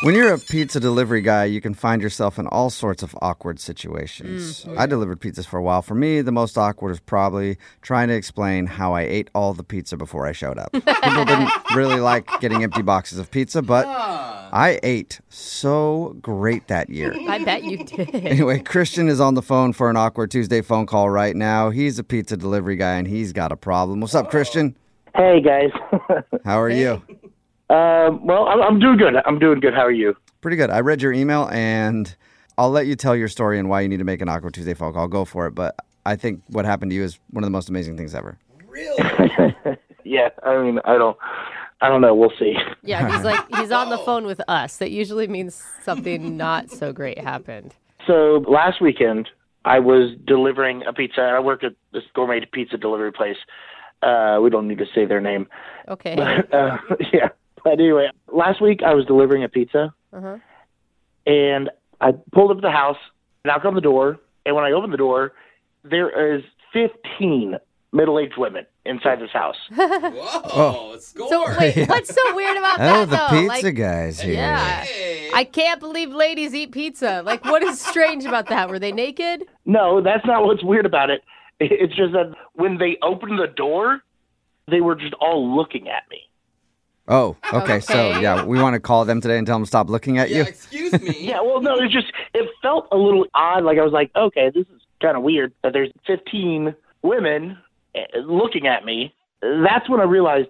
When you're a pizza delivery guy, you can find yourself in all sorts of awkward situations. I delivered pizzas for a while. For me, the most awkward is probably trying to explain how I ate all the pizza before I showed up. People didn't really like getting empty boxes of pizza, but I ate so great that year. I bet you did. Anyway, Christian is on the phone for an awkward Tuesday phone call right now. He's a pizza delivery guy and he's got a problem. What's up, Christian? Hey guys. How are you? um, well, I'm, I'm doing good. I'm doing good. How are you? Pretty good. I read your email and I'll let you tell your story and why you need to make an awkward Tuesday phone call. Go for it. But I think what happened to you is one of the most amazing things ever. Yeah. I mean, I don't. I don't know. We'll see. Yeah, he's like he's on the phone with us. That usually means something not so great happened. So last weekend, I was delivering a pizza. I work at this gourmet pizza delivery place. Uh, we don't need to say their name. Okay. uh, yeah. But anyway, last week I was delivering a pizza, Uh-huh. and I pulled up to the house, knocked on the door, and when I opened the door, there is 15 middle-aged women inside this house. Whoa, it's score. So wait, what's so weird about Oh, that the though? pizza Like, guys here. yeah. Hey. I can't believe ladies eat pizza. Like, what is strange about that? Were they naked? No, that's not what's weird about it. It's just that when they opened the door, they were just all looking at me. Oh, okay. So, Okay. yeah, we want to call them today and tell them to stop looking at yeah, you. excuse me. Yeah, well, no, it's just it felt a little odd. Like I was like, okay, this is kind of weird that there's 15 women eh, looking at me. That's when I realized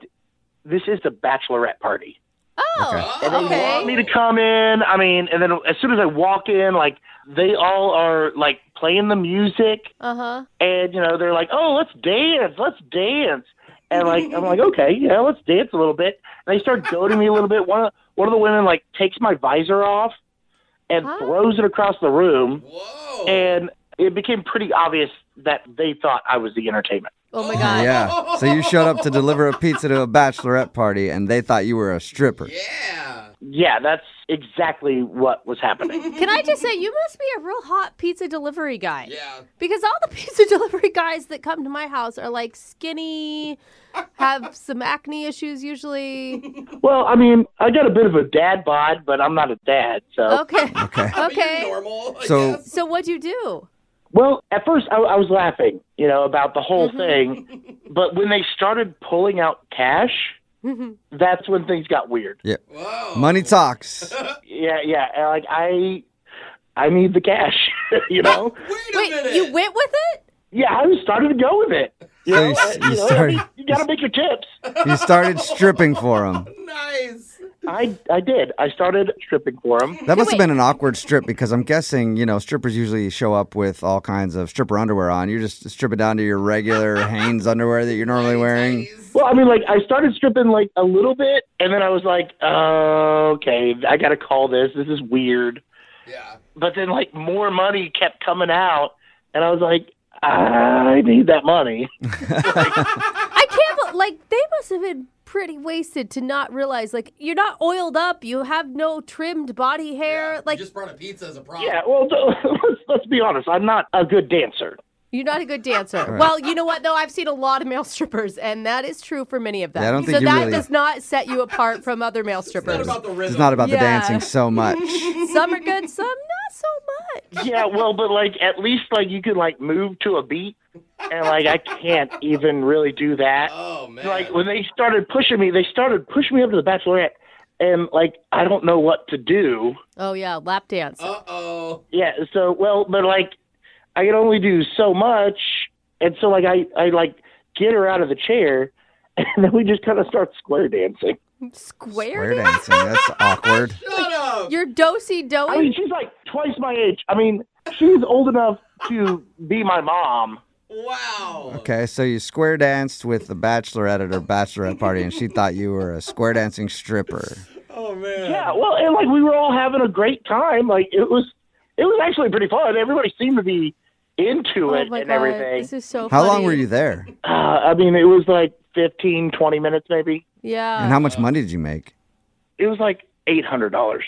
this is the bachelorette party. Oh, Okay. Want me okay. to come in? I mean, and then as soon as I walk in, like they all are like playing the music, Uh huh. and you know they're like, "Oh, let's dance, let's dance," and like I'm like, "Okay, yeah, let's dance a little bit." And they start goading me a little bit. One of one of the women like takes my visor off and Huh? Oh. throws it across the room, Whoa. and it became pretty obvious that they thought I was the entertainment. Oh my God. Yeah. So you showed up to deliver a pizza to a bachelorette party and they thought you were a stripper. yeah. Yeah, that's exactly what was happening. Can I just say, you must be a real hot pizza delivery guy. Yeah. Because all the pizza delivery guys that come to my house are like skinny, have some acne issues usually. well, I mean, I got a bit of a dad bod, but I'm not a dad, so. Okay. Okay. I mean, you're Okay. normal. I So- guess. So what'd you do? Well, at first I, I was laughing, you know, about the whole Mm-hmm. thing, but when they started pulling out cash, Mm-hmm. that's when things got weird. Whoa. Money talks. Yeah, yeah, and, like I, I need the cash, you know. Wait a Wait, minute. you went with it? yeah, I was starting to go with it. You So know, you s- I- you know, I started- mean, you gotta make your tips. You started stripping for them. nice. I, I did. I started stripping for him. That must have wait. been an awkward strip because I'm guessing, you know, strippers usually show up with all kinds of stripper underwear on. You're just stripping down to your regular Hanes underwear that you're normally wearing. Nice. Well, I mean, like I started stripping like a little bit, and then I was like, oh, okay, I gotta call this. This is weird. Yeah. but then like more money kept coming out, and I was like, I need that money. I can't, bel- like, they must have been pretty wasted to not realize, like, you're not oiled up, you have no trimmed body hair. yeah. like, you just brought a pizza as a problem. Yeah, well, let's let's be honest. I'm not a good dancer. you're not a good dancer. Well, you know what, though? I've seen a lot of male strippers, and that is true for many of them. Yeah, I don't think so you that really- does not set you apart from other male It's not strippers. about the rhythm. It's not about the Yeah. dancing so much. some are good, some not so much. Yeah, well, but like at least like you can like move to a beat, and like I can't even really do that. Oh man. Like when they started pushing me, they started pushing me up to the bachelorette, and like I don't know what to do. Oh yeah, lap dance. Uh oh. Yeah, so well, but like I could only do so much, and so like I I like get her out of the chair, and then we just kind of start square dancing. Square. Square dancing. That's awkward. Shut up. You're dosey I mean, doing. she's like twice my age. I mean, she's old enough to be my mom. Wow. Okay, so you square danced with the bachelorette at her bachelorette party and she thought you were a square dancing stripper. Oh man. Yeah, well, and like we were all having a great time. Like it was, it was actually pretty fun. Everybody seemed to be into Oh it my and god, everything. this is so. How funny. long were you there? uh, I mean, it was like fifteen, twenty minutes maybe. Yeah. And how much money did you make? It was like eight hundred dollars.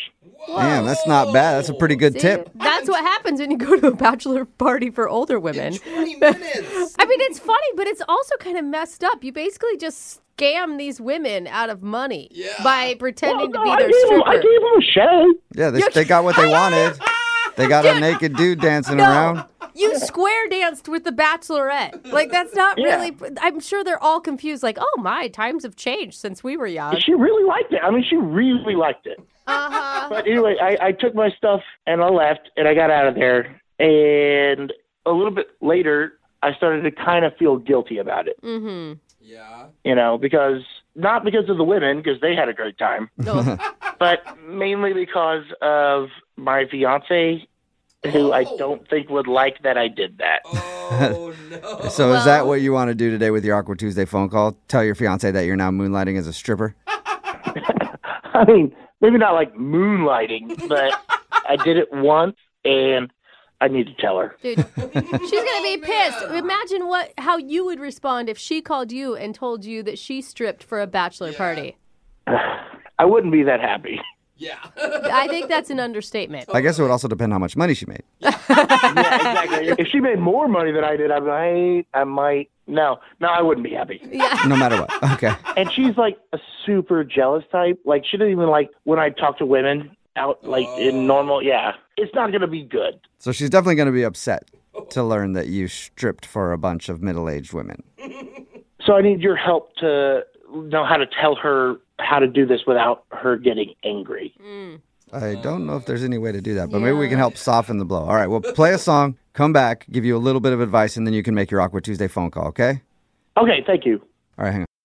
Whoa. Damn, that's not bad. That's a pretty good Oh. See, tip. That's what happens when you go to a bachelor party for older women. Twenty minutes. I mean, it's funny, but it's also kind of messed up. You basically just scam these women out of money Yeah. by pretending Oh, no, to I, be their gave him, I stripper. gave him a show. Yeah, they, You're- they got what they wanted. They got a naked dude dancing around. You square danced with the Bachelorette. Like that's not Yeah. really. I'm sure they're all confused. Like, oh my, times have changed since we were young. She really liked it. I mean, she really liked it. Uh huh. But anyway, I, I took my stuff and I left and I got out of there. And a little bit later, I started to kind of feel guilty about it, Mm-hmm. Yeah. you know, because not because of the women, because they had a great time, No. but mainly because of my fiance, who I Oh. don't think would like that I did that. Oh no. So is that Well- what you want to do today with your Awkward Tuesday phone call? Tell your fiance that you're now moonlighting as a stripper. I mean, maybe not like moonlighting, but I did it once and I need to tell her. Dude, she's gonna Oh, be pissed. Imagine what how you would respond if she called you and told you that she stripped for a bachelor party. I wouldn't be that happy. yeah. I think that's an understatement. I guess it would also depend how much money she made. yeah, exactly. If she made more money than I did, I might, I might. No, no, I wouldn't be happy. Yeah. No matter what. Okay. And she's like a super jealous type. Like she doesn't even like when I talk to women out like in normal. Yeah, it's not gonna be good. So she's definitely going to be upset to learn that you stripped for a bunch of middle-aged women. So I need your help to know how to tell her how to do this without her getting angry. I don't know if there's any way to do that, but maybe we can help soften the blow. All right, well, play a song, come back, give you a little bit of advice, and then you can make your Awkward Tuesday phone call, okay? Okay, thank you. All right, hang on.